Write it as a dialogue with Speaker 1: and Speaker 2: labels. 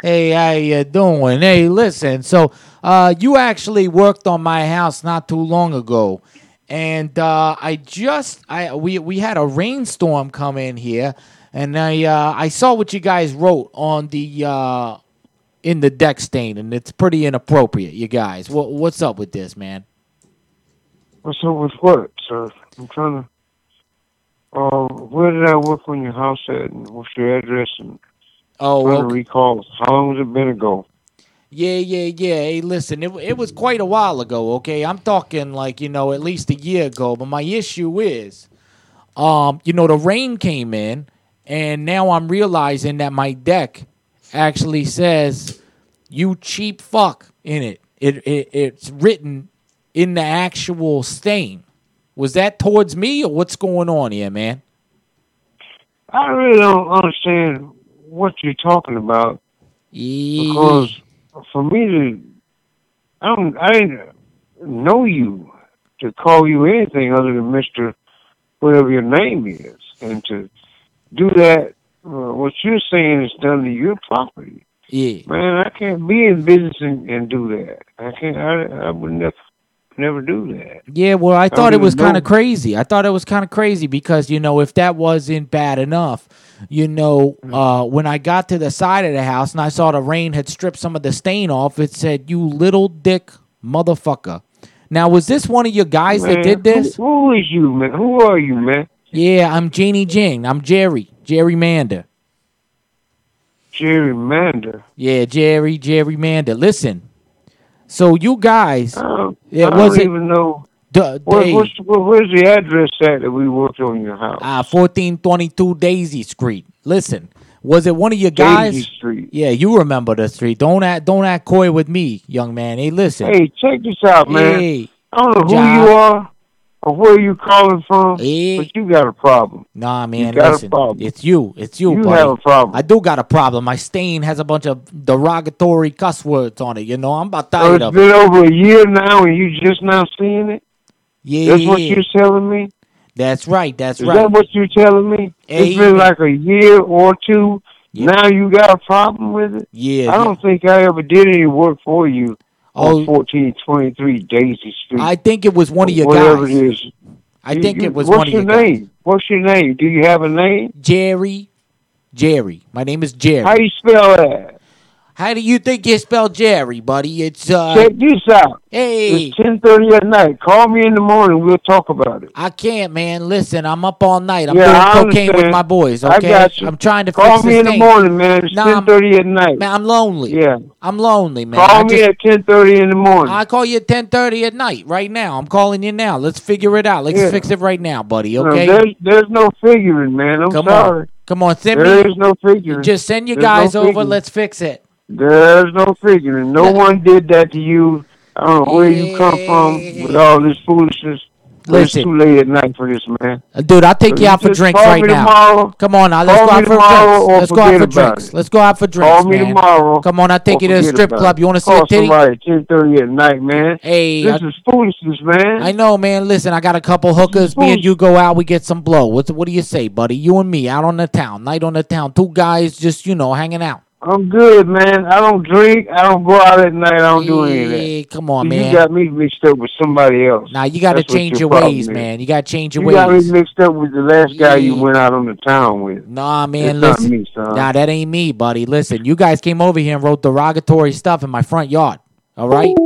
Speaker 1: Hey, how you doing? Hey, listen. So, uh, you actually worked on my house not too long ago, and uh, I just I we we had a rainstorm come in here, and I uh, I saw what you guys wrote on the uh, in the deck stain, and it's pretty inappropriate. You guys, what what's up with this, man?
Speaker 2: What's up with what, sir? I'm trying to. Uh, where did I work on your house at, and what's your address? And
Speaker 1: Oh,
Speaker 2: trying
Speaker 1: okay.
Speaker 2: to recall. How long has it been ago?
Speaker 1: Yeah, yeah, yeah. Hey, listen, it, it was quite a while ago, okay? I'm talking like, you know, at least a year ago. But my issue is, um, you know, the rain came in, and now I'm realizing that my deck actually says, you cheap fuck, in it. It, it It's written in the actual stain. Was that towards me, or what's going on here, man?
Speaker 2: I really don't understand what you're talking about
Speaker 1: Yeah.
Speaker 2: because for me to, I don't, I didn't know you to call you anything other than Mister, whatever your name is, and to do that. Uh, what you're saying is done to your property.
Speaker 1: Yeah.
Speaker 2: Man, I can't be in business and, and do that. I can't. I, I would never, never do that.
Speaker 1: Yeah, well, I thought it
Speaker 2: didn't
Speaker 1: was kind
Speaker 2: know.
Speaker 1: of crazy. I thought it was kind of crazy because you know if that wasn't bad enough, you know,
Speaker 2: Mm.
Speaker 1: uh, when I got to the side of the house and I saw the rain had stripped some of the stain off, it said, "You little dick motherfucker." Now, was this one of your guys
Speaker 2: Man,
Speaker 1: that did this?
Speaker 2: Who, who is you, man? Who are you, man?
Speaker 1: Yeah, I'm Janie Jing. I'm Jerry. Jerry Mander.
Speaker 2: Jerry Mander.
Speaker 1: Yeah, Jerry. Jerry Mander. Listen, so you guys,
Speaker 2: I don't,
Speaker 1: Yeah,
Speaker 2: I don't
Speaker 1: was it-
Speaker 2: even know.
Speaker 1: duh,
Speaker 2: Where,
Speaker 1: hey,
Speaker 2: what's, where, where's the address at that we worked on your house?
Speaker 1: uh, 1422 Daisy Street. Listen, was it one of your guys?
Speaker 2: Daisy Street.
Speaker 1: Yeah, you remember the street. Don't act don't act coy with me, young man. Hey, listen.
Speaker 2: Hey, check this out, man.
Speaker 1: Hey,
Speaker 2: I don't know who
Speaker 1: Job.
Speaker 2: you are or where you calling from,
Speaker 1: Hey.
Speaker 2: but you got a problem.
Speaker 1: nah, man.
Speaker 2: got a
Speaker 1: Listen,
Speaker 2: problem.
Speaker 1: it's you. It's you,
Speaker 2: You
Speaker 1: buddy.
Speaker 2: have a problem.
Speaker 1: I do got a problem. My stain has a bunch of derogatory cuss words on it. You know, I'm about
Speaker 2: So
Speaker 1: tired
Speaker 2: it's
Speaker 1: of it.
Speaker 2: been over a year now, and you just now seeing it.
Speaker 1: Yeah,
Speaker 2: That's
Speaker 1: yeah,
Speaker 2: what
Speaker 1: yeah.
Speaker 2: you're telling me.
Speaker 1: That's right. That's
Speaker 2: Is
Speaker 1: right.
Speaker 2: that what you're telling me? It's
Speaker 1: Amen.
Speaker 2: been like a year or two.
Speaker 1: Yeah.
Speaker 2: Now you got a problem with it?
Speaker 1: yeah.
Speaker 2: I
Speaker 1: yeah.
Speaker 2: don't think I ever did any work for you
Speaker 1: Oh.
Speaker 2: on 1423 Daisy Street.
Speaker 1: I think it was one of your
Speaker 2: whatever
Speaker 1: guys.
Speaker 2: it is.
Speaker 1: I
Speaker 2: You-
Speaker 1: think
Speaker 2: you-
Speaker 1: it was
Speaker 2: what's
Speaker 1: one of
Speaker 2: your
Speaker 1: your
Speaker 2: name?
Speaker 1: guys.
Speaker 2: What's your name? Do you have a name?
Speaker 1: Jerry. Jerry. My name is Jerry.
Speaker 2: How you spell that?
Speaker 1: How do you think you spell Jerry, buddy? It's uh
Speaker 2: Check this out.
Speaker 1: hey.
Speaker 2: It's 10:30 at night. Call me in the morning. We'll talk about it.
Speaker 1: I can't, man. Listen, I'm up all night. I'm
Speaker 2: Yeah, I
Speaker 1: doing cocaine with
Speaker 2: understand.
Speaker 1: my boys.
Speaker 2: I
Speaker 1: Okay,
Speaker 2: got you.
Speaker 1: am trying to
Speaker 2: Call
Speaker 1: fix
Speaker 2: me
Speaker 1: this
Speaker 2: in the
Speaker 1: thing.
Speaker 2: morning, man. It's
Speaker 1: Nah, I'm-
Speaker 2: 10:30 at night.
Speaker 1: Man, I'm lonely.
Speaker 2: Yeah.
Speaker 1: I'm lonely, man.
Speaker 2: Call
Speaker 1: I
Speaker 2: me
Speaker 1: just-
Speaker 2: at 10:30 in the morning.
Speaker 1: I call you at 10:30 at night right now. I'm calling you now. Let's figure it out. Let's
Speaker 2: Yeah.
Speaker 1: fix it right now, buddy.
Speaker 2: No,
Speaker 1: Okay?
Speaker 2: there's, there's no figuring, man. I'm
Speaker 1: Come
Speaker 2: sorry.
Speaker 1: on. Come on. Send
Speaker 2: There
Speaker 1: me.
Speaker 2: is no figuring.
Speaker 1: Just send you
Speaker 2: There's no
Speaker 1: guys over.
Speaker 2: figuring.
Speaker 1: Let's fix it.
Speaker 2: There's no figuring. No
Speaker 1: Let-
Speaker 2: one did that to you. I don't know where you come from with all this foolishness. But
Speaker 1: Listen.
Speaker 2: it's too late at night for this, man.
Speaker 1: Uh, Dude, I'll take
Speaker 2: So
Speaker 1: you out for
Speaker 2: just
Speaker 1: drinks
Speaker 2: call
Speaker 1: right
Speaker 2: me
Speaker 1: now.
Speaker 2: tomorrow.
Speaker 1: Come on now, let's
Speaker 2: Call
Speaker 1: go
Speaker 2: me
Speaker 1: out for
Speaker 2: tomorrow
Speaker 1: drinks.
Speaker 2: or
Speaker 1: Let's go out
Speaker 2: forget
Speaker 1: for
Speaker 2: about
Speaker 1: drinks.
Speaker 2: it.
Speaker 1: Let's go out for drinks,
Speaker 2: Call me
Speaker 1: man.
Speaker 2: tomorrow.
Speaker 1: Come on, I'll take
Speaker 2: or
Speaker 1: you to a
Speaker 2: forget
Speaker 1: strip
Speaker 2: about
Speaker 1: club.
Speaker 2: it.
Speaker 1: You want to see
Speaker 2: Call
Speaker 1: a titty?
Speaker 2: somebody at 10:30 at night, man.
Speaker 1: Hey,
Speaker 2: this
Speaker 1: I-
Speaker 2: is foolishness, man.
Speaker 1: I know, man. Listen, I got a couple hookers. Me and you go out, we get some blow. What what do you say, buddy? You and me out on the town, night on the town. Two guys just, you know, hanging out.
Speaker 2: I'm good, man. I don't drink. I don't go out at night. I don't do any of that.
Speaker 1: Eh, come on,
Speaker 2: See,
Speaker 1: man.
Speaker 2: You got me mixed up with somebody else.
Speaker 1: now you got to
Speaker 2: That's what
Speaker 1: change
Speaker 2: your
Speaker 1: your ways,
Speaker 2: problem is.
Speaker 1: man. You got to change your
Speaker 2: You got me
Speaker 1: ways.
Speaker 2: mixed up with the last guy you
Speaker 1: Yeah.
Speaker 2: went out on the town with.
Speaker 1: Nah, man.
Speaker 2: it's
Speaker 1: listen.
Speaker 2: not me, son.
Speaker 1: Nah, that ain't me, buddy. Listen, you guys came over here and wrote derogatory stuff in my front yard. All right?